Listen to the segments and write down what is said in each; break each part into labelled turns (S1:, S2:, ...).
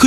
S1: คุ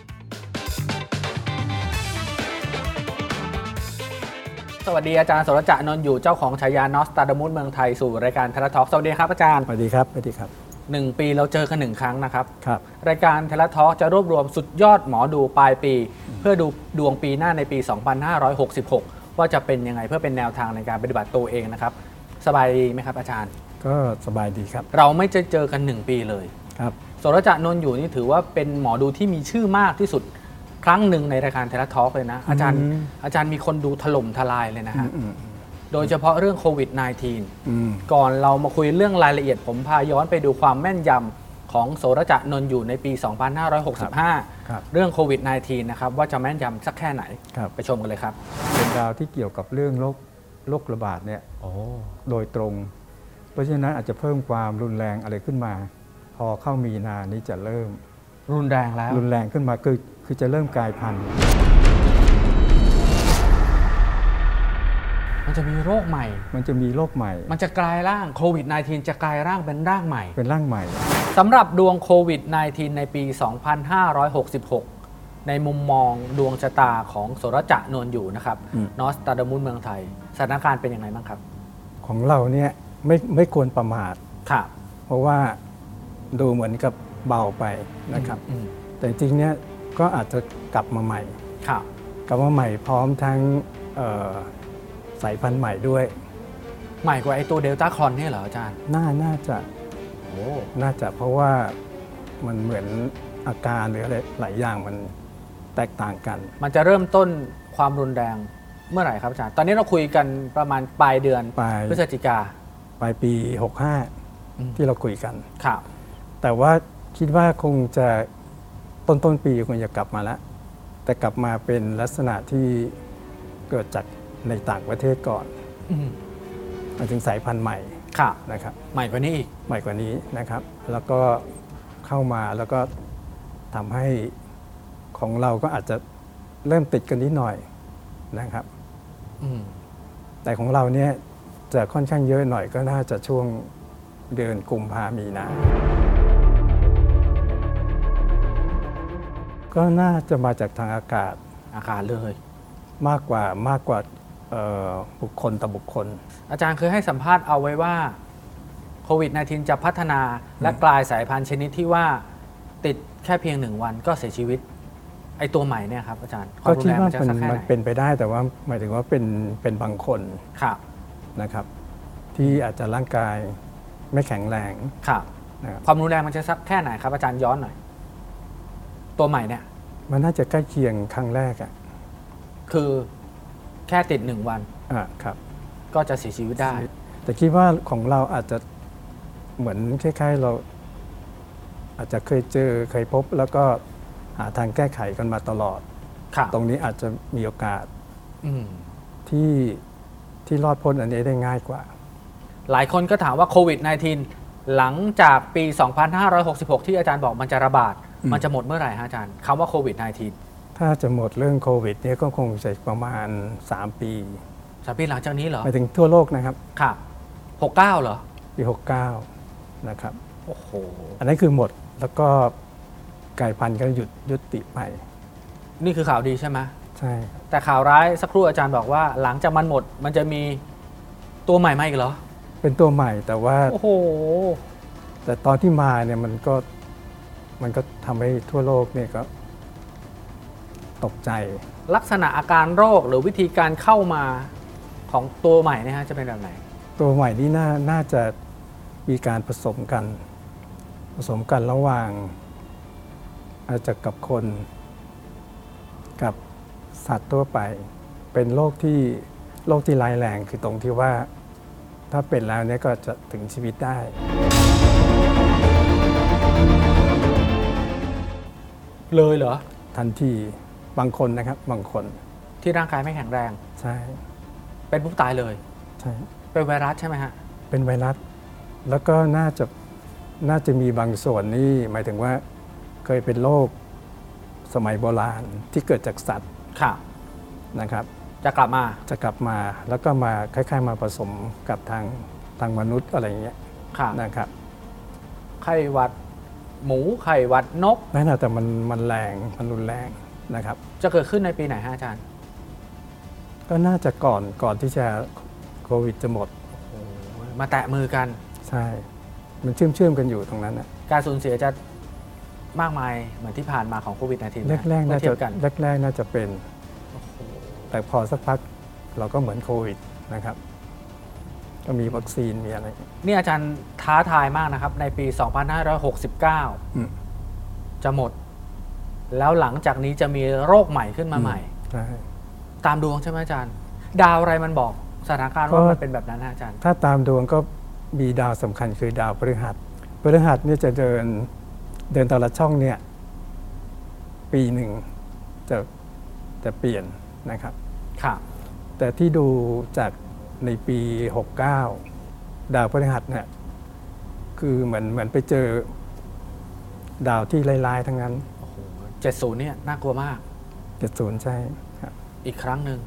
S2: สวัสดีอาจารย์สรจะนนท์อยู่เจ้าของฉายานอสตาดมุสเมืองไทยสู่รายการเทเลทอล์กสวัสดีครับอาจารย์
S3: สวัสดีครับสวัสดีครับ
S2: หนึ่งปีเราเจอกันหนึ่งครั้งนะครับ
S3: ครับ
S2: รายการเทเลทอล์กจะรวบรวมสุดยอดหมอดูปลายปี เพื่อดูดวงปีหน้าในปี 2566 ว่าจะเป็นยังไงเพื่อเป็นแนวทางในการปฏิบัติตัวเองนะครับ สบายดีไหมครับอาจารย์
S3: ก็สบายดีครับ
S2: เราไม่จะเจอกันหนึ่งปีเลย
S3: ครับ
S2: สรจะนนท์อยู่นี่ถือว่าเป็นหมอดูที่มีชื่อมากที่สุดครั้งหนึ่งในรายการเทเลทอล์กเลยนะ อาจารย์ อาจารย์มีคนดูถล่มทลายเลยนะฮะ
S3: อืม
S2: โดยเฉพาะเรื่องโควิด -19
S3: อืม
S2: ก่อนเรามาคุยเรื่องรายละเอียดผมพาย้อนไปดูความแม่นยำของโสระจะนนท์อยู่ในปี 2565
S3: ครับ
S2: เรื่องโควิด -19 นะครับ ว่าจะแม่นยำสักแค่ไหน
S3: ครับ
S2: ไปชมกันเลยครับ
S3: เป็นดาวที่เกี่ยวกับเรื่องโรคโรคระบาดเนี่ยโดยตรง เพราะฉะนั้นอาจจะเพิ่มความรุนแรงอะไรขึ้นมา พอเข้ามีนานี้จะเริ่ม
S2: รุนแรงแล้ว
S3: รุนแรงขึ้นมาคือคือจะเริ่มกลายพันธุ์
S2: มันจะมีโรคใหม่
S3: มันจะมีโรคใหม่
S2: มันจะกลายร่างโควิด -19 จะกลายร่างเป็นร่างใหม่
S3: เป็นร่างใหม่
S2: สำหรับดวงโควิด -19 ในปี 2566 ในมุมมองดวงชะตาของโสระจะนนท์อยู่นะครับ
S3: อืม
S2: นอสตาดามุนเมืองไทยสถานการณ์เป็นยังไงบ้างครับ
S3: ของเราเนี่ยไม่ไม่ควรประมาท
S2: ค่ะ
S3: เพราะว่าดูเหมือนกับเบาไปนะครับ
S2: อืม
S3: แต่จริงๆเนี่ยก็อาจจะกลับมาใหม่
S2: ค่ะ
S3: กลับมาใหม่พร้อมทั้งเอ่อสายพันธุ์ใหม่ด้วย
S2: ใหม่กว่าไอตัวเดลต้าครอนเนี่ยเหรออาจารย์
S3: น่าน่าจะน่าจะเพราะว่ามันเหมือนอาการหรืออะไรหลายอย่างมันแตกต่างกัน
S2: มันจะเริ่มต้นความรุนแรงเมื่อไหร่ครับอาจารย์ ตอนนี้เราคุยกันประมาณปลายเดือน
S3: ปลาย
S2: พฤศจิกา
S3: ปลายปี
S2: อืม
S3: 65 ที่เราคุยกัน
S2: ค่ะ
S3: แต่ว่าคิดว่าคงจะต้นต้นปีคงจะกลับมาแล้ว แต่กลับมาเป็นลักษณะที่เกิดจากในต่างประเทศก่อน
S2: อืม
S3: หมายถึงสายพันธุ์ใหม่
S2: ค่ะ
S3: นะครับ
S2: ใหม่กว่านี้อีก
S3: ใหม่กว่านี้นะครับ แล้วก็เข้ามาแล้วก็ทำให้ของเราก็อาจจะเริ่มติดกันนิดหน่อยนะครับ
S2: อืม
S3: แต่ของเราเนี่ยจะค่อนข้างเยอะหน่อยก็น่าจะช่วงเดือนกุมภามีนา ก็น่าจะมาจากทางอากาศ
S2: อาการเลย
S3: มากกว่ามากกว่าเอ่อบุคคลต่อบุคคล
S2: อาจารย์เคยให้สัมภาษณ์เอาไว้ว่าโควิด -19 จะพัฒนาและกลายสายพันธุ์ชนิดที่ว่า ติดแค่เพียงหนึ่งวันก็เสียชีวิต ไอตัวใหม่เนี่ยครับอาจารย์ควา
S3: ก็
S2: มรุ
S3: คิ
S2: น
S3: ด
S2: แรง
S3: ว่า
S2: มันจะ
S3: มัน
S2: สักแค่
S3: มัน
S2: ไหน
S3: เป็นไปได้แต่ว่าหมายถึงว่าเป็นเป็นบางคน
S2: ค่ะ
S3: นะครับที่อาจจะร่างกายไม่แข็งแรง
S2: ค่ะ
S3: นะครับ
S2: ความรุนแรงมันจะสักแค่ไหนครับอาจารย์ย้อนหน่อย ตัวใหม่เนี่ย
S3: มันน่าจะใกล้เคียงครั้งแรกอะ
S2: คือแค่ติดหนึ่งวัน
S3: อ่ะครับ
S2: ก็จะเสียชีวิตได้
S3: แต่คิดว่าของเราอาจจะเหมือนคล้ายๆเรา อาจจะเคยเจอเคยพบ แล้วก็หาทางแก้ไขกันมาตลอด
S2: ค่ะ
S3: ตรงนี้อาจจะมีโอกาส
S2: อืม
S3: ที่ที่รอดพ้นอันนี้ได้ง่ายกว่า
S2: หลายคนก็ถามว่าโควิด -19 หลังจากปี 2566 ที่อาจารย์บอกมันจะระบาด
S3: อืม
S2: มันจะหมดเมื่อไหร่ฮะอาจารย์คำว่าโควิด -19
S3: ถ้าจะหมดเรื่องโควิดเนี่ยก็คงจะประมาณ 3 ปี
S2: สามปีหลังจากนี้เหรอ
S3: หมายถึงทั่วโลกนะครับ
S2: ค่ะ69 เหรอ
S3: ปี69นะครับ
S2: โอ้โห
S3: อันนั้นคือหมดแล้วก็กายพันธุ์ก็หยุดยุติไป
S2: นี่คือข่าวดีใช่ไหม
S3: ใช่
S2: แต่ข่าวร้ายสักครู่อาจารย์บอกว่าหลังจากมันหมด มันจะมีตัวใหม่มาอีกเหรอ
S3: เป็นตัวใหม่แต่ว่า
S2: โอ้โห
S3: แต่ตอนที่มาเนี่ยมันก็มันก็ทำให้ทั่วโลกเนี่ยก็ตกใจ
S2: ลักษณะอาการโรคหรือวิธีการเข้ามาของตัวใหม่เนะฮะจะเป็นแบบไหน
S3: ตัวใหม่นี่น่าน่าจะมีการผสมกัน ผสมกันระหว่าง อาจจะกับคน กับสัตว์ทั่วไป เป็นโรคที่โรคที่ร้ายแรงคือตรงที่ว่า ถ้าเป็นแล้วเนี่ยก็จะถึงชีวิตได้
S2: เลยเหรอ
S3: ทันทีบางคนนะครับบางคน
S2: ที่ร่างกายไม่แข็งแรง
S3: ใช่
S2: เป็นปุ๊บตายเลย
S3: ใช่
S2: เป็นไวรัสใช่ไหมฮะ
S3: เป็นไวรัส แล้วก็น่าจะน่าจะมีบางส่วนนี่หมายถึงว่าเคยเป็นโรคสมัยโบราณที่เกิดจากสัตว์
S2: ค่ะ
S3: นะครับ
S2: จะกลับมา
S3: จะกลับมาแล้วก็มาคล้ายๆ มาผสมกับทางทางมนุษย์อะไรอย่างเงี้ย
S2: ค่ะ
S3: นะครับ
S2: ไข้หวัดหมู ไข้หวัดนก
S3: นั่นแหละแต่มันมันแรงมันรุนแรงนะครับ
S2: จะเกิดขึ้นในปีไหนฮะอาจารย์
S3: ก็น่าจะก่อนก่อนที่จะโควิดจะหมด
S2: มาแตะมือกัน
S3: ใช่ มันเชื่อมเชื่อมๆกันอยู่ตรงนั้นนะ
S2: การสูญเสียจะมากมายเหมือนที่ผ่านมาของโควิด -19 นะ
S3: แรกๆ
S2: เมื่อ
S3: น่า
S2: เที
S3: จะ
S2: ยบกัน
S3: แรกๆน่าจะเป็น แต่พอสักพักเราก็เหมือนโควิดนะครับ ก็มีวัคซีนมีอะไร
S2: นี่อาจารย์ท้าทายมากนะครับ ในปี 2569
S3: อืม
S2: จะหมด แล้วหลังจากนี้จะมีโรคใหม่ขึ้นมาใหม่
S3: ใช่
S2: ตามดวงใช่ไหมอาจารย์ ดาวอะไรมันบอกสถานการณ์ว่า
S3: ก็
S2: มันเป็นแบบนั้นนะอาจารย์
S3: ถ้าตามดวงก็มีดาวสำคัญคือดาวพฤหัสพฤหัสเนี่ยจะเดินเดินแต่ละช่องเนี่ย ปีหนึ่งจะจะเปลี่ยนนะครับ
S2: ค่ะ
S3: แต่ที่ดูจากในปี 69 ดาวพฤหัสเนี่ยคือเหมือนเหมือนไปเจอดาวที่ร้ายๆทั้งนั้น
S2: โอ้โห70 เนี่ยน่ากลัวมาก
S3: 70ใช่ครับ
S2: อีกครั้งหนึ่ง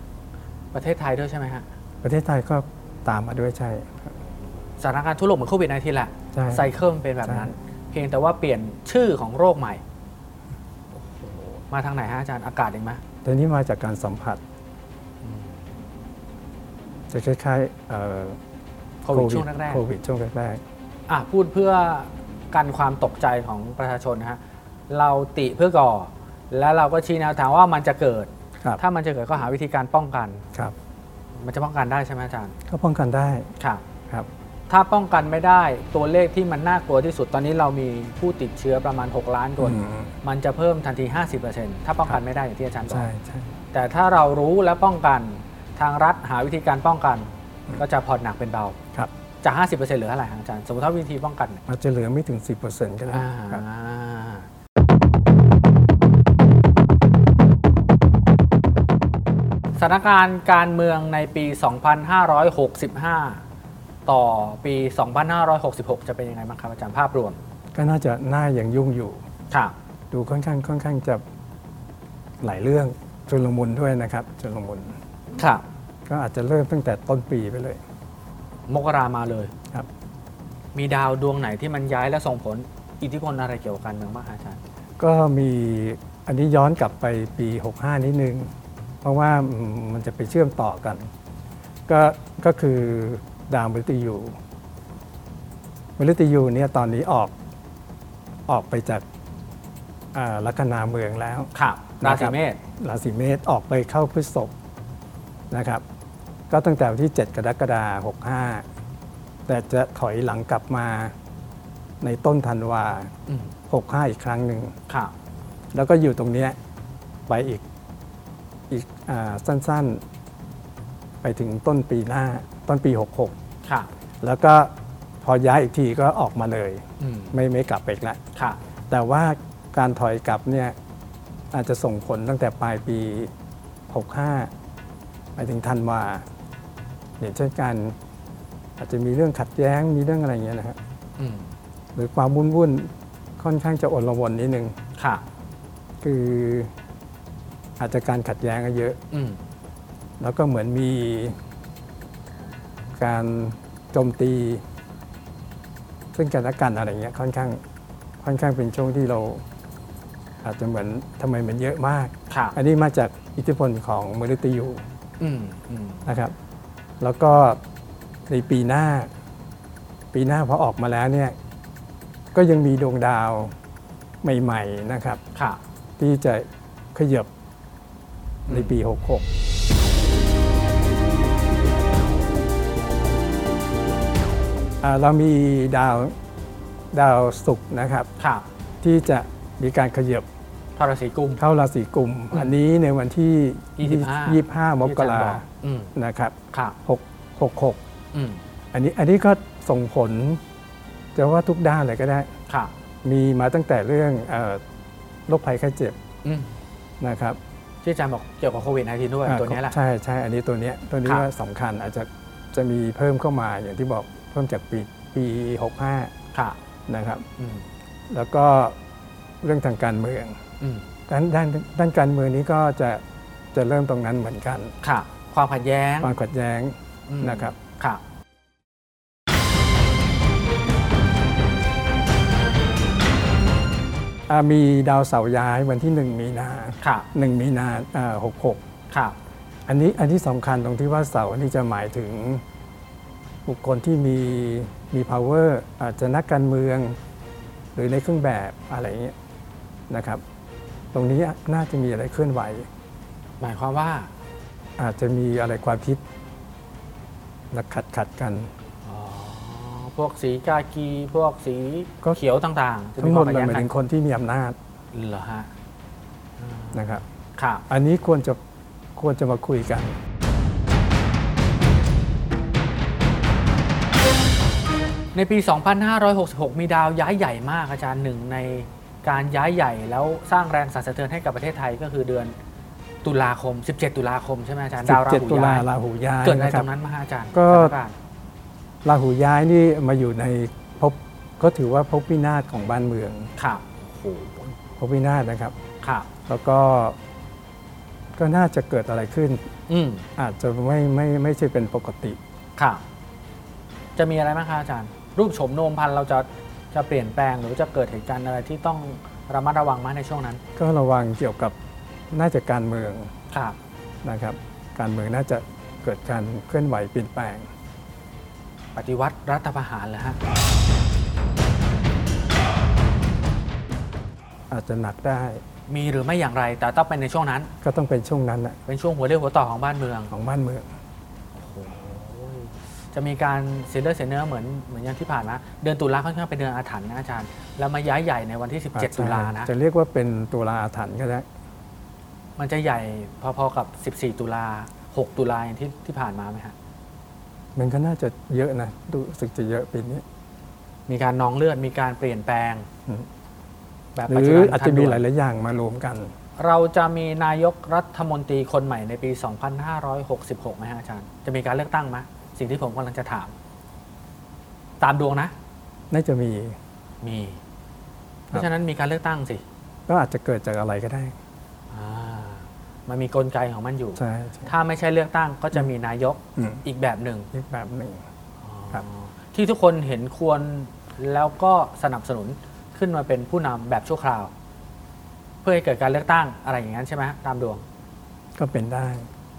S2: ประเทศไทยด้วยใช่ไหมฮะ
S3: ประเทศไทยก็ตามมาด้วยใช่ครับ
S2: สถานการณ์ทั่วโลกเหมือนโควิดในทีแหละ
S3: ใช่
S2: ไซเคิลเป็นแบบนั้น
S3: ใช่
S2: เพียงแต่ว่าเปลี่ยนชื่อของโรคใหม่ มาทางไหนฮะอาจารย์ อากาศเองไหม
S3: แต่นี้มาจากการสัมผัส จะคล้ายๆเอ่อ
S2: โควิดช่วงแรก
S3: โควิดช่วงแรก
S2: ๆอ่ะพูดเพื่อกันความตกใจของประชาชนนะฮะ เราติเพื่อก่อ และเราก็ชี้แนวทางว่ามันจะเกิด
S3: ๆครับ
S2: ถ้ามันจะเกิดก็หาวิธีการป้องกัน
S3: ครับ
S2: มันจะป้องกันได้ใช่ไหมอาจารย์
S3: ก็ป้องกันได้
S2: ค่ะ
S3: ครับ
S2: ถ้าป้องกันไม่ได้ตัวเลขที่มันน่ากลัวที่สุดตอนนี้เรามีผู้ติดเชื้อประมาณ 6 ล้านคน
S3: อืม
S2: มันจะเพิ่มทันที 50%ถ้าป้องกันไม่ได้อย่างที่อาจารย์บอก
S3: ใช่ใช่
S2: แต่ถ้าเรารู้และป้องกันทางรัฐหาวิธีการป้องกัน ก็จะผ่อนหนักเป็นเบา
S3: ครับ
S2: จาก 50%เหลือเท่าไหร่ครับอาจารย์ สมมติถ้าวิธีป้องกันเนี่ย
S3: อาจจะเหลือไม่ถึง 10%ก็ได้
S2: อ่า
S3: ครับ
S2: สถานการณ์การเมืองในปี 2565 ต่อปี 2566 จะเป็นยังไงบ้างครับอาจารย์ภาพรวม
S3: ก็น่าจะน่ายังยุ่งอยู่
S2: ค่ะ
S3: ดูค่อนข้างค่อนข้างจะหลายเรื่องชุลมุนด้วยนะครับชุลมุน
S2: ค่ะ
S3: ก็อาจจะเริ่มตั้งแต่ต้นปีไปเลย
S2: มกรามาเลย
S3: ครับ
S2: มีดาวดวงไหนที่มันย้ายและส่งผลอิทธิพลอะไรเกี่ยวกับการเมืองบ้างครับอาจารย์
S3: ก็มีอันนี้ย้อนกลับไปปี 65 นิดนึง เพราะว่าอืมมันจะไปเชื่อมต่อกัน ก็ก็คือดาวมฤตยูมฤตยูเนี่ยตอนนี้ออกออกไปจากอ่าลัคนาเมืองแล้ว
S2: ค่ะ ราศีเมษ
S3: ราศีเมษออกไปเข้าพฤษภนะครับ ก็ตั้งแต่วันที่ 7 กรกฎาคม65 แต่จะถอยหลังกลับมาในต้นธันวา
S2: อืม
S3: 65 อีกครั้งหนึ่ง
S2: ค่ะ
S3: แล้วก็อยู่ตรงเนี้ยไปอีกอีกอาสั้นๆ ไปถึงต้นปีหน้าต้นปี
S2: ค่ะ
S3: 66 แล้วก็พอย้ายอีกทีก็ออกมาเลย
S2: อืม
S3: ไม่ไม่กลับไปอีกแล้ว
S2: ค่ะ
S3: แต่ว่าการถอยกลับเนี่ยอาจจะส่งผลตั้งแต่ปลายปี 65ไปถึงธันวาอย่างเช่นการอาจจะมีเรื่องขัดแย้งมีเรื่องอะไรอย่างเงี้ยนะฮะ
S2: อืม
S3: หรือความวุ่นวุ่นๆค่อนข้างจะอลวนนิดนึง
S2: ค่ะ
S3: คืออาจจะการขัดแย้งก็เยอะ
S2: อืม
S3: แล้วก็เหมือนมีการโจมตี ซึ่งกันและกันอะไรเงี้ยค่อนข้างค่อนข้างเป็นช่วงที่เรา อาจจะเหมือนทำไมมันเยอะมาก
S2: ค่ะ
S3: อันนี้มาจากอิทธิพลของมฤตยู
S2: อืม อืม
S3: นะครับ แล้วก็ในปีหน้า ปีหน้าพอออกมาแล้วเนี่ยก็ยังมีดวงดาวใหม่ ๆนะครับ
S2: ค่ะ
S3: ที่จะขยับในปี 66อ่าเรามีดาวดาวศุกร์นะครับ
S2: ค่ะ
S3: ที่จะมีการขยับ
S2: ทราศีกุม
S3: เข้าราศีกุม อันนี้ในวันที่
S2: 25
S3: 25 มกรา
S2: ที่อจย์บออืม
S3: นะครับ
S2: ค่ะ
S3: 6 66
S2: อืม
S3: อันนี้อันนี้ก็ส่งผลจะว่าทุกด้านเลยก็ได้
S2: ค่ะ
S3: มีมาตั้งแต่เรื่องเอ่อโรคภัยไข้เจ็บ
S2: อืม
S3: นะครับ
S2: ที่อาจารย์บอกเกี่ยวกับโควิด -19 ด้วย
S3: อ่า
S2: ตัวเนี้ยแหละ
S3: ใช่ใช่อันนี้ตัวเนี้ยตัวนี้
S2: ครับ
S3: ว่าสำคัญอาจจะจะมีเพิ่มเข้ามาอย่างที่บอก เพิ่มจากปีปี
S2: ค่ะ
S3: 65นะครับ
S2: อืม
S3: แล้วก็เรื่องทางการเมือง
S2: อืม
S3: ด้านด้านด้านการเมืองนี้ก็จะจะเริ่มตรงนั้นเหมือนกัน
S2: ค่ะ ความขัดแย้ง
S3: ความขัดแย้ง
S2: อืม
S3: นะครับ
S2: ค่ะ
S3: อ่ามีดาวเสาร์ย้ายวันที่ 1 มีนา
S2: ค่ะ
S3: 1มีนาหกหก
S2: ค่ะ
S3: อันนี้อันที่สำคัญตรงที่ว่าเสาร์นี่จะหมายถึงบุคคลที่มีมี power อาจจะนักการเมือง หรือในเครื่องแบบอะไรอย่างเงี้ยนะครับ ตรงนี้น่าจะมีอะไรเคลื่อนไหว
S2: หมายความว่า
S3: อาจจะมีอะไรความคิดและขัดขัดกัน
S2: พวกสีกากีพวกสี
S3: ก็
S2: เขียวต่างๆ จะ
S3: ทั้
S2: มี
S3: งห
S2: ค
S3: ม
S2: วา
S3: ด
S2: มขัด
S3: เลย
S2: แย้ง
S3: หมา
S2: กั
S3: ย
S2: น
S3: ถึงคนที่มีอำนาจ
S2: เหรอฮะ
S3: นะครับ
S2: ค่ะ
S3: อันนี้ควรจะควรจะมาคุยกัน
S2: ในปี 2566 มีดาวย้ายใหญ่มากอาจารย์หนึ่งในการย้ายใหญ่แล้วสร้างแรงสั่นสะเทือนให้กับประเทศไทยก็คือเดือนตุลาคม 17 ตุลาคมใช่ไหมอาจารย์ดาวราหู
S3: 17 ตุลา
S2: ย้าย
S3: ราหูย้าย
S2: เกิดอะไร
S3: นะค
S2: ต
S3: รั
S2: ร
S3: บ
S2: งนั้นมาฮะอาจารย์
S3: ก็
S2: สถานการณ์
S3: ราหูย้ายนี่มาอยู่ในภพก็ถือว่าภพพินาศของบ้านเมือง
S2: ค่ะโห
S3: ภพพินาศนะครับ
S2: ค่ะ
S3: แล้วก็ก็น่าจะเกิดอะไรขึ้น
S2: อืม
S3: อาจจะไม่ไม่ไม่ใช่เป็นปกติ
S2: ค่ะ จะมีอะไรไหมคะอาจารย์ รูปโฉมโนมพันธุ์เราจะจะเปลี่ยนแปลงหรือจะเกิดเหตุการณ์อะไรที่ต้องระมัดระวังไหมในช่วงนั้น
S3: ก็ระวังเกี่ยวกับน่าจะการเมือง
S2: ค่ะ
S3: นะครับ การเมืองน่าจะเกิดการเคลื่อนไหวเปลี่ยนแปลง
S2: ปฏิวัติรัฐประหารเหรอฮะ
S3: อาจจะหนักได้
S2: มีหรือไม่อย่างไร แต่ต้องเป็นในช่วงนั้น
S3: ก็ต้องเป็นช่วงนั้นนะ
S2: เป็นช่วงหัวเรี่ยวหัวต่อของบ้านเมือง
S3: ของบ้านเมือง
S2: จะมีการเสียเลือดเสียเนื้อเหมือนเหมือนอย่างที่ผ่านมาเดือนตุลาค่อนข้างเป็นเดือนอาถรรพ์นะอาจารย์ แล้วมาย้ายใหญ่ในวันที่
S3: อาจจะ
S2: 17 ตุลานะ
S3: จะเรียกว่าเป็นตุลาอาถรรพ์ก็ได้
S2: มันจะใหญ่พอๆกับ 14 ตุลา 6 ตุลาอย่างที่ที่ผ่านมาไหมฮะ
S3: มันก็น่าจะเยอะนะดูรู้สึกจะเยอะปีนี้
S2: มีการนองเลือดมีการเปลี่ยนแปลง
S3: อืม
S2: แบบ
S3: ห
S2: ปัจ
S3: รื
S2: จุ
S3: อ
S2: บัน
S3: อาจจะมีห
S2: ทันด่วน
S3: ลาย ๆ อย่างมารวมกัน
S2: เราจะมีนายกรัฐมนตรีคนใหม่ในปี 2566ไหมฮะอาจารย์ จะมีการเลือกตั้งไหมสิ่งที่ผมกำลังจะถาม ตามดวงนะ
S3: น่าจะมี
S2: มี เพราะฉะนั้นมีการเลือกตั้งสิ
S3: ก็อาจจะเกิดจากอะไรก็ได้
S2: อ่ามันมีกลไกของมันอยู่
S3: ใช่ใช่
S2: ถ้าไม่ใช่เลือกตั้งก็จะมีนายก
S3: อืม
S2: อีกแบบหนึ่ง
S3: อีกแบบหนึ่ง ครับ
S2: อ๋อที่ทุกคนเห็นควรแล้วก็สนับสนุนขึ้นมาเป็นผู้นำแบบชั่วคราว เพื่อให้เกิดการเลือกตั้งอะไรอย่างนั้นใช่ไหมฮะตามดวง
S3: ก็เป็นได้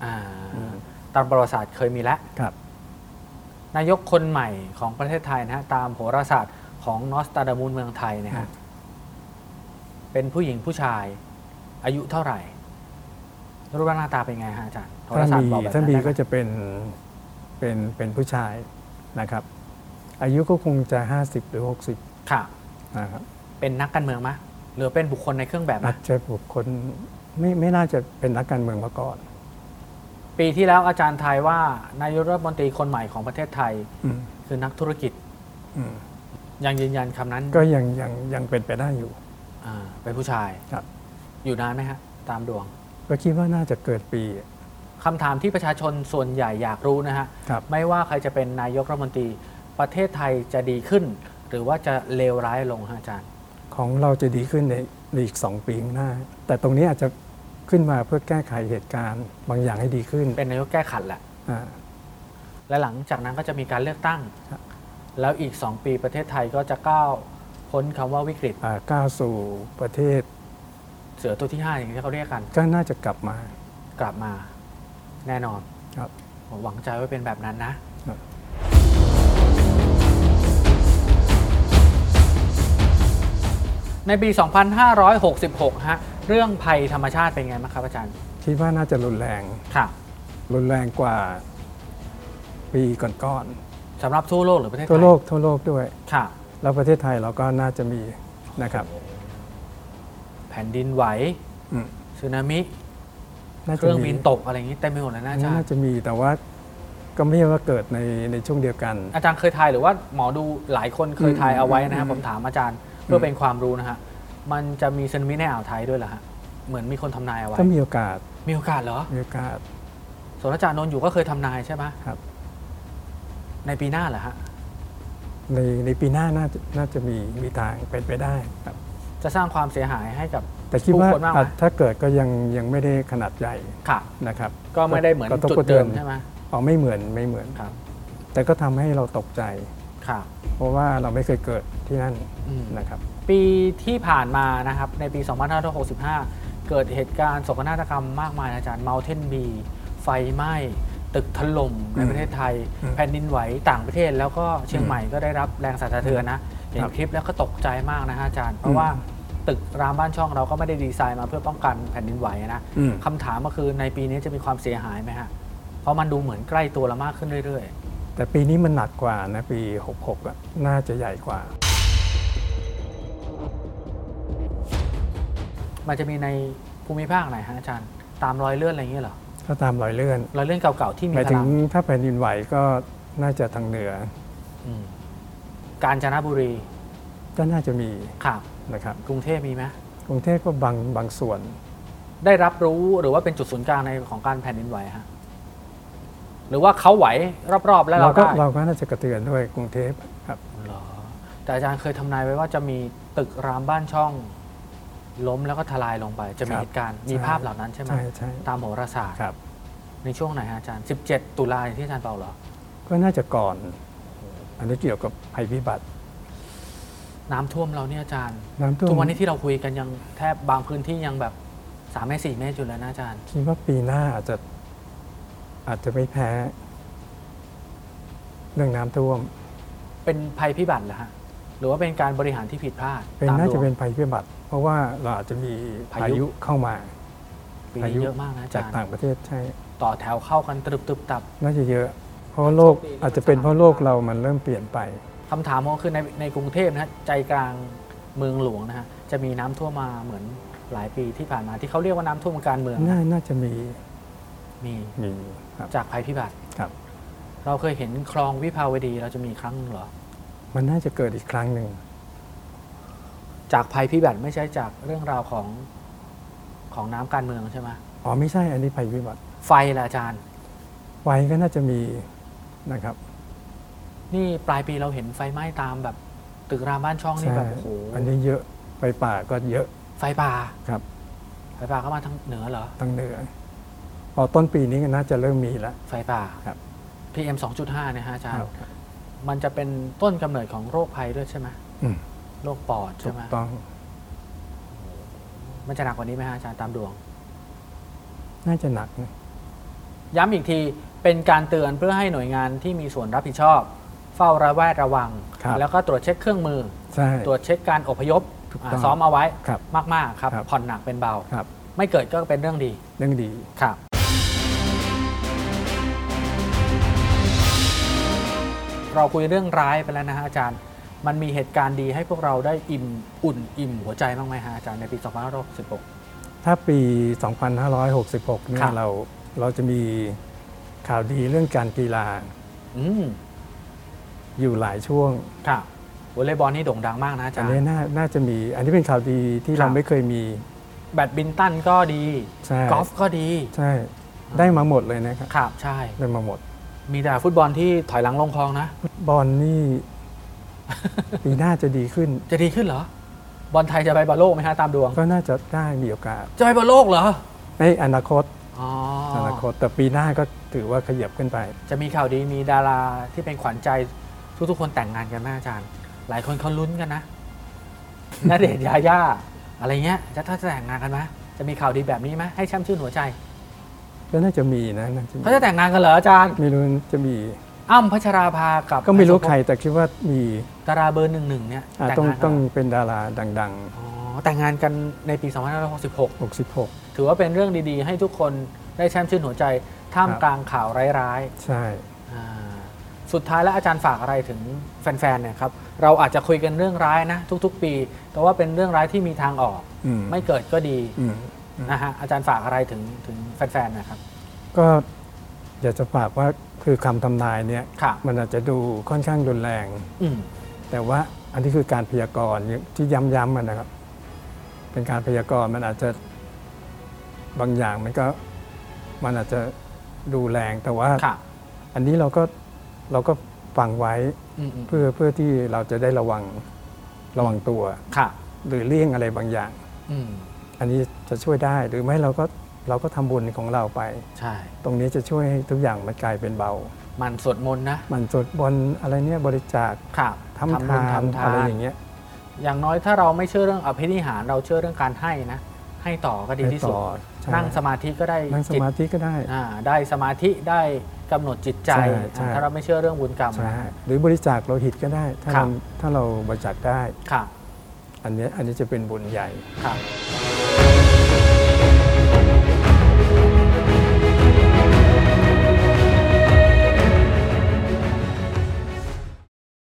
S2: อ่า
S3: อืม
S2: ตามประวัติศาสตร์เคยมีแล้ว
S3: ครับ
S2: นายกคนใหม่ของประเทศไทยนะฮะตามโหราศาสตร์ของนอสตราดามูสเมืองไทยเนะฮะเป็นผู้หญิงผู้ชาย อายุเท่าไหร่รูปร่างหน้าตาเป็นไงฮะอาจารย์โห
S3: ถ้าร
S2: ศสตร์
S3: มี
S2: บอกแบบ
S3: ถ้า
S2: นั้น
S3: มี
S2: ได้ไหม
S3: ก็จะเป็นเป็นเป็นผู้ชายนะครับ อายุก็คงจะ 50 หรือ
S2: ค่ะ
S3: 60 นะครับ
S2: เป็นนักการเมืองมะหรือเป็นบุคคลในเครื่องแบบ
S3: อาจ
S2: มะ
S3: จะบุคคลไม่ไม่น่าจะเป็นนักการเมืองมาก่อน
S2: ปีที่แล้วอาจารย์ทายว่านายกรัฐมนตรีคนใหม่ของประเทศไทย
S3: อืม
S2: คือนักธุรกิจ
S3: อืม
S2: ยังยืนยันคำนั้น
S3: ก็ยังยังยังเป็นไปได้อยู่
S2: อ่าเป็นผู้ชาย
S3: ครับ
S2: อยู่นานไหมฮะตามดวง
S3: ก็คิดว่าน่าจะเกิดปี
S2: คำถามที่ประชาชนส่วนใหญ่อยากรู้นะฮะ
S3: ครับ
S2: ไม่ว่าใครจะเป็นนายกรัฐมนตรีประเทศไทยจะดีขึ้น หรือว่าจะเลวร้ายลงฮะอาจารย์
S3: ของเราจะดีขึ้นในอีก 2 ปีข้างหน้า แต่ตรงนี้อาจจะขึ้นมาเพื่อแก้ไขเหตุการณ์ บางอย่างให้ดีขึ้น
S2: เป็นนายกแก้ขัดแหละ
S3: อ่า
S2: และหลังจากนั้นก็จะมีการเลือกตั้ง
S3: ครับ
S2: แล้วอีก 2 ปีประเทศไทยก็จะก้าวพ้นคำว่าวิกฤต
S3: อ่าก้าวสู่ประเทศ
S2: เสือตัวที่ 5 อย่างที่เขาเรียกกัน
S3: ก็น่าจะกลับมา
S2: กลับมาแน่นอน
S3: ครับ
S2: ผมหวังใจว่าเป็นแบบนั้นนะ
S3: ครับ
S2: ในปี 2566 ฮะ เรื่องภัยธรรมชาติเป็นไงบ้างครับอาจารย์
S3: คิดว่าน่าจะรุนแรง
S2: ค่ะ
S3: รุนแรงกว่าปีก่อน
S2: สำหรับทั่วโลกหรือประเทศ
S3: ๆ
S2: ไทย
S3: ทั่วโลกทั่วโลกด้วย
S2: ค่ะ
S3: แล้วประเทศไทยเราก็น่าจะมีนะครับ
S2: แผ่นดินไหว
S3: อืม
S2: สึนามิ
S3: น่า
S2: เค
S3: จะ
S2: รื่อง
S3: มี
S2: บินตกอะไรอย่างนี้เต็มไปหมดเลยนะอาจาร
S3: น่า
S2: ย์
S3: จะมีแต่ว่าก็ไม่ใช่ว่าเกิดในในช่วงเดียวกัน
S2: อาจารย์เคยทายหรือว่าหมอดูหลายคนเคยทายเอาไว้นะฮะ
S3: อืม
S2: ผมถามอาจารย์เพื่อเป็นความรู้นะฮะ มันจะมีสึนามิในอ่าวไทยด้วยเหรอฮะ เหมือนมีคนทำนายเอาไว้
S3: ก็มีโอกาส
S2: มีโอกาสเหรอ
S3: มีโอกาส
S2: สวนอาจารย์นนท์อยู่ก็เคยทำนายใช่ไหม
S3: ครับ
S2: ในปีหน้าเหรอฮะ
S3: ในในปีหน้าน่าจะน่าจะมีมีทางเป็นไปได้ครับ
S2: จะสร้างความเสียหายให้กับ
S3: แต่คิดว่า
S2: ผู้คนมากไหม
S3: อ่ะถ้าเกิดก็ยังยังไม่ได้ขนาดใหญ่
S2: ค่ะ
S3: นะครับ
S2: ก็ไม่ได้เหมือน
S3: กระทบ
S2: จุด
S3: กระทื
S2: เดิ
S3: อน
S2: มใช่ไหม
S3: อ๋อไม่เหมือนไม่เหมือน
S2: ครับ
S3: แต่ก็ทำให้เราตกใจ
S2: ค่ะ
S3: เพราะว่าเราไม่เคยเกิดที่นั่น
S2: อืม
S3: นะครับ
S2: ปีที่ผ่านมานะครับ ในปี 2565 เกิดเหตุการณ์โศกนาฏกรรมมากมายนะอาจารย์ Mountain b บีไฟไหม้ ตึกถล่มในประเทศไทย
S3: อืม
S2: แผ่นดินไหวต่างประเทศ แล้วก็เชียงใหม่ก็ได้รับแรงสั่นสะเทือนนะ เห็น
S3: ครับ
S2: คลิปแล้วก็ตกใจมากนะฮะอาจารย์ เพราะว่าตึกรามบ้านช่องเราก็ไม่ได้ดีไซน์มาเพื่อป้องกันแผ่นดินไหวนะ
S3: อืม
S2: คำถามก็คือในปีนี้จะมีความเสียหายไหมฮะเพราะมันดูเหมือนใกล้ตัวเรามากขึ้นเรื่อย
S3: แต่ปีนี้มันหนักกว่านะปี 66อะน่าจะใหญ่กว่า
S2: ๆ มันจะมีในภูมิภาคไหนฮะอาจารย์ ตามรอยเลื่อนอะไรอย่างเงี้ยเหรอ
S3: ถ้าตามรอยเลื่อน
S2: รอยเลื่อนเก่าๆที่มี
S3: หมาย
S2: พ
S3: ถึง
S2: ลัง
S3: ถ้าแผ่นดินไหวก็น่าจะทางเหนือ
S2: อืมกาญจนบุรี
S3: ก็น่าจะมี
S2: ครับ
S3: นะครับ
S2: กรุงเทพมีไหม
S3: กรุงเทพก็บางบางส่วน
S2: ได้รับรู้หรือว่าเป็นจุดศูนย์กลางในของการแผ่นดินไหวฮะหรือว่าเขาไหวรอบๆ แล้ว
S3: เรา
S2: เรา
S3: ก็
S2: ได้
S3: เราก็น่าจะกระเทือนด้วยกรุงเทพครับ
S2: เหรอแต่อาจารย์เคยทำนายไว้ว่าจะมีตึกรามบ้านช่อง ล้มแล้วก็ทลายลงไป จะมี
S3: ครับ
S2: เหตุการณ์มี
S3: ใช่
S2: ภาพเหล่านั้นใช่ไหม
S3: ใช่ใช่
S2: ตามโหราศาสตร์
S3: ครับ
S2: ในช่วงไหนฮะอาจารย์ 17 ตุลาอย่างที่อาจารย์เปาเหรอ
S3: ก็น่าจะก่อน อันนี้เกี่ยวกับภัยพิบัติ
S2: น้ำท่วมเราเนี่ยอาจารย์
S3: น้ำท่วม
S2: ทุกวันนี้ที่เราคุยกันยังแทบบางพื้นที่ยังแบบสามเมตรสี่เมตรอยู่แล้วนะอาจารย์
S3: คิดว่าปีหน้าอาจจะอาจจะไม่แพ้ เรื่องน้ำท่วม
S2: เป็นภัยพิบัติเหรอฮะ หรือว่าเป็นการบริหารที่ผิดพลาด
S3: เป็น
S2: ตม
S3: น่าจะ
S2: ดวง
S3: เป็นภัยพิบัติ เพราะว่าเราอาจจะมี
S2: พายุ
S3: พายุเข้ามา
S2: ปี
S3: อายุ
S2: นี้เยอะมากนะอา
S3: จา
S2: จาก รย์
S3: ต่างประเทศใช่
S2: ต่อแถวเข้ากันตรึบตรึบตับ
S3: น่าจะเยอะ เพราะโลกอาจจะเป็นเพราะโลกเรามันเริ่มเปลี่ยนไป
S2: คำถามก็คือในในกรุงเทพนะฮะใจกลางเมืองหลวงนะฮะจะมีน้ำท่วมมาเหมือนหลายปีที่ผ่านมาที่เขาเรียกว่าน้ำท่วมการเมือง
S3: น่า
S2: นะ
S3: น่าจะมี
S2: มี
S3: มีครับ
S2: จากภัยพิบัติ
S3: ครับ
S2: เราเคยเห็นคลองวิภาวดีเราจะมีครั้งหนึ่งเหรอ
S3: มันน่าจะเกิดอีกครั้งหนึ่ง
S2: จากภัยพิบัติไม่ใช่จากเรื่องราวของของน้ำการเมืองใช่ไหม
S3: อ๋อไม่ใช่ อันนี้ภัยพิบัติ
S2: ไฟล่ะอาจารย์
S3: ไฟก็น่าจะมีนะครับ
S2: นี่ปลายปีเราเห็นไฟไหม้ตามแบบตึกรามบ้านช่องนี่
S3: ใช่
S2: แบบโอ้โห
S3: อันนี้เยอะ ไฟป่าก็เยอะ
S2: ไฟป่า
S3: ครับ
S2: ไฟป่าก็มาทางเหนือเหรอ
S3: ทางเหนือ พอต้นปีนี้ก็น่าจะเริ่มมีแล้ว
S2: ไฟป่า
S3: ครับ
S2: PM 2.5เนี่ยฮะอาจารย์
S3: ครับ
S2: มันจะเป็นต้นกำเนิดของโรคภัยด้วยใช่ไหม
S3: อืม
S2: โรคปอด
S3: ถู
S2: ใช่
S3: ก
S2: ไหม
S3: ต้อง
S2: มันจะหนักกว่านี้ไหมฮะอาจารย์ตามดวง
S3: น่าจะหนักนะ
S2: ย้ำอีกทีเป็นการเตือนเพื่อให้หน่วยงานที่มีส่วนรับผิดชอบ เฝ้าระแวดระวัง แล้วก็ตรวจเช็คเครื่องมือ
S3: ใช่
S2: ตรวจเช็คการอพยพ
S3: ถูก
S2: อ่า
S3: ต้อง
S2: ซ้อมเอาไว้
S3: ครับ
S2: มากๆครับ
S3: ครับ
S2: ผ่อนหนักเป็นเบา
S3: ครับ
S2: ไม่เกิดก็เป็นเรื่องดี
S3: เรื่องดี
S2: ครับ เราคุยเรื่องร้ายไปแล้วนะฮะอาจารย์ มันมีเหตุการณ์ดีให้พวกเราได้อิ่มอุ่นอิ่มหัวใจบ้างไหมฮะอาจารย์ในปี2566
S3: ถ้าปี 2566เนี่
S2: ครับ
S3: ยเราเราจะมีข่าวดีเรื่องการกีฬา
S2: อืม
S3: อยู่หลายช่วง
S2: ครับวอลเลย์บอลนี่โด่งดังมากนะอาจา
S3: อั
S2: ร
S3: น
S2: ย์
S3: นี้น่าน่าจะมี อันนี้เป็นข่าวดีที่
S2: ครั
S3: เรา
S2: บ
S3: ไม่เคยมี
S2: แบดบินตันก็ดี
S3: ใช่
S2: กอล์ฟก็ดี
S3: ใช่ ได้มาหมดเลยนะครับ
S2: ครับใช่
S3: ได้มาหมด
S2: มีแต่ฟุตบอลที่ถอยหลังลงคลองนะ
S3: ฟุตบอลนี่ ปีหน้าจะดีขึ้น
S2: จะดีขึ้นเหรอ บอลไทยจะไปบอลโลกไหมฮะตามดวง
S3: ก็น่าจะได้มีโอกาส
S2: จะไปบอลโลกเหรอ
S3: ในอนาคต
S2: อ๋อ
S3: อ
S2: อ
S3: นาคต แต่ปีหน้าก็ถือว่าขยับขึ้นไป
S2: จะมีข่าวดีมีดาราที่เป็นขวัญใจทุกๆคนแต่งงานกันไหมอาจารย์ หลายคนเขาลุ้นกัน นะ ณเดชน์ยาย่าอะไรเงี้ย จะถ้าจะแต่งงานกันไหมจะมีข่าวดีแบบนี้ไหมให้ช่ำชื่นหัวใจ
S3: ก็น่าจะมีนะน่าจะมี
S2: เขาจะแต่งงานกันเหรออาจารย์
S3: ไม่รู้จะมี
S2: อ้ำพัชราภากับ
S3: ก็ไม่รู้ใคร
S2: อ้ส
S3: แต่คิดว่ามี
S2: พดาราเบอร์หนึ่งหนึ่งเนี่ย
S3: อ่ะ
S2: แต่ง
S3: ต้อง
S2: งานกั
S3: ต้อน ง
S2: เหรอ
S3: เป็นดาราดัง
S2: อ๋อแต่งงานกันในปี
S3: ๆ 66
S2: 2566 ถือว่าเป็นเรื่องดีๆ ให้ทุกคนได้แช่มชื่นหัวใจ ท่าม
S3: ครับ
S2: กลางข่าวร้ายๆ
S3: ใช่
S2: อ่าสุดท้ายแล้วอาจารย์ฝากอะไรถึงแฟนๆเนี่ยครับ เราอาจจะคุยกันเรื่องร้ายนะทุก ๆ ปี แต่ว่าเป็นเรื่องร้ายที่มีทางออก
S3: อืม
S2: ไม่เกิดก็ดี
S3: อืม
S2: นะฮะอาจารย์ฝากอะไรถึงถึงแฟนๆนะครับ
S3: ก็อยากจะฝากว่าคือคำทำนายเนี่ย
S2: ค่ะ
S3: มันอาจจะดูค่อนข้างรุนแรง
S2: อืม
S3: แต่ว่าอันนี้คือการพยากรณ์ที่ย้ำๆมันนะครับ เป็นการพยากรณ์มันอาจจะบางอย่างมันก็มันอาจจะดูแรงแต่ว่า
S2: ค่ะ
S3: อันนี้เราก็เราก็ ฟังไว้
S2: อืมอืม
S3: เพื่อเพื่อที่เราจะได้ระวังระวังตัว
S2: ค่ะ
S3: หรือเลี่ยงอะไรบางอย่าง
S2: อืม
S3: อันนี้จะช่วยได้หรือไม่เราก็เราก็ทำบุญของเราไป
S2: ใช่
S3: ตรงนี้จะช่วยให้ทุกอย่างมันกลายเป็นเบา
S2: มันสวดมนต์นะ
S3: มันสวดบนต์อะไรเนี่ยบริจาค
S2: ครับ
S3: ทำ
S2: บุญ
S3: ทาน
S2: ทำทา
S3: อะไร
S2: น
S3: อย่างเงี้ย
S2: อย่างน้อยถ้าเราไม่เชื่อเรื่องอภินิหาร เราเชื่อเรื่องการให้นะ ให้ต่อก็ดีที่สุด
S3: ให้ต่อใช่
S2: นั่งสมาธิก็ได้
S3: นั่งส
S2: จิต
S3: มาธิก็ได้
S2: อ่าได้สมาธิได้กำหนดจิตใจ
S3: ใช่ใช่
S2: ถ้าเราไม่เชื่อเรื่องบุญกรรม
S3: ใช่หรือบริจาคโลหิตก็ได้ ถ้า
S2: ครับ
S3: เราถ้าเราบริจาคได้
S2: ครับ
S3: อันเนี้ยอันนี้จะเป็นบุญใหญ่
S2: ครับ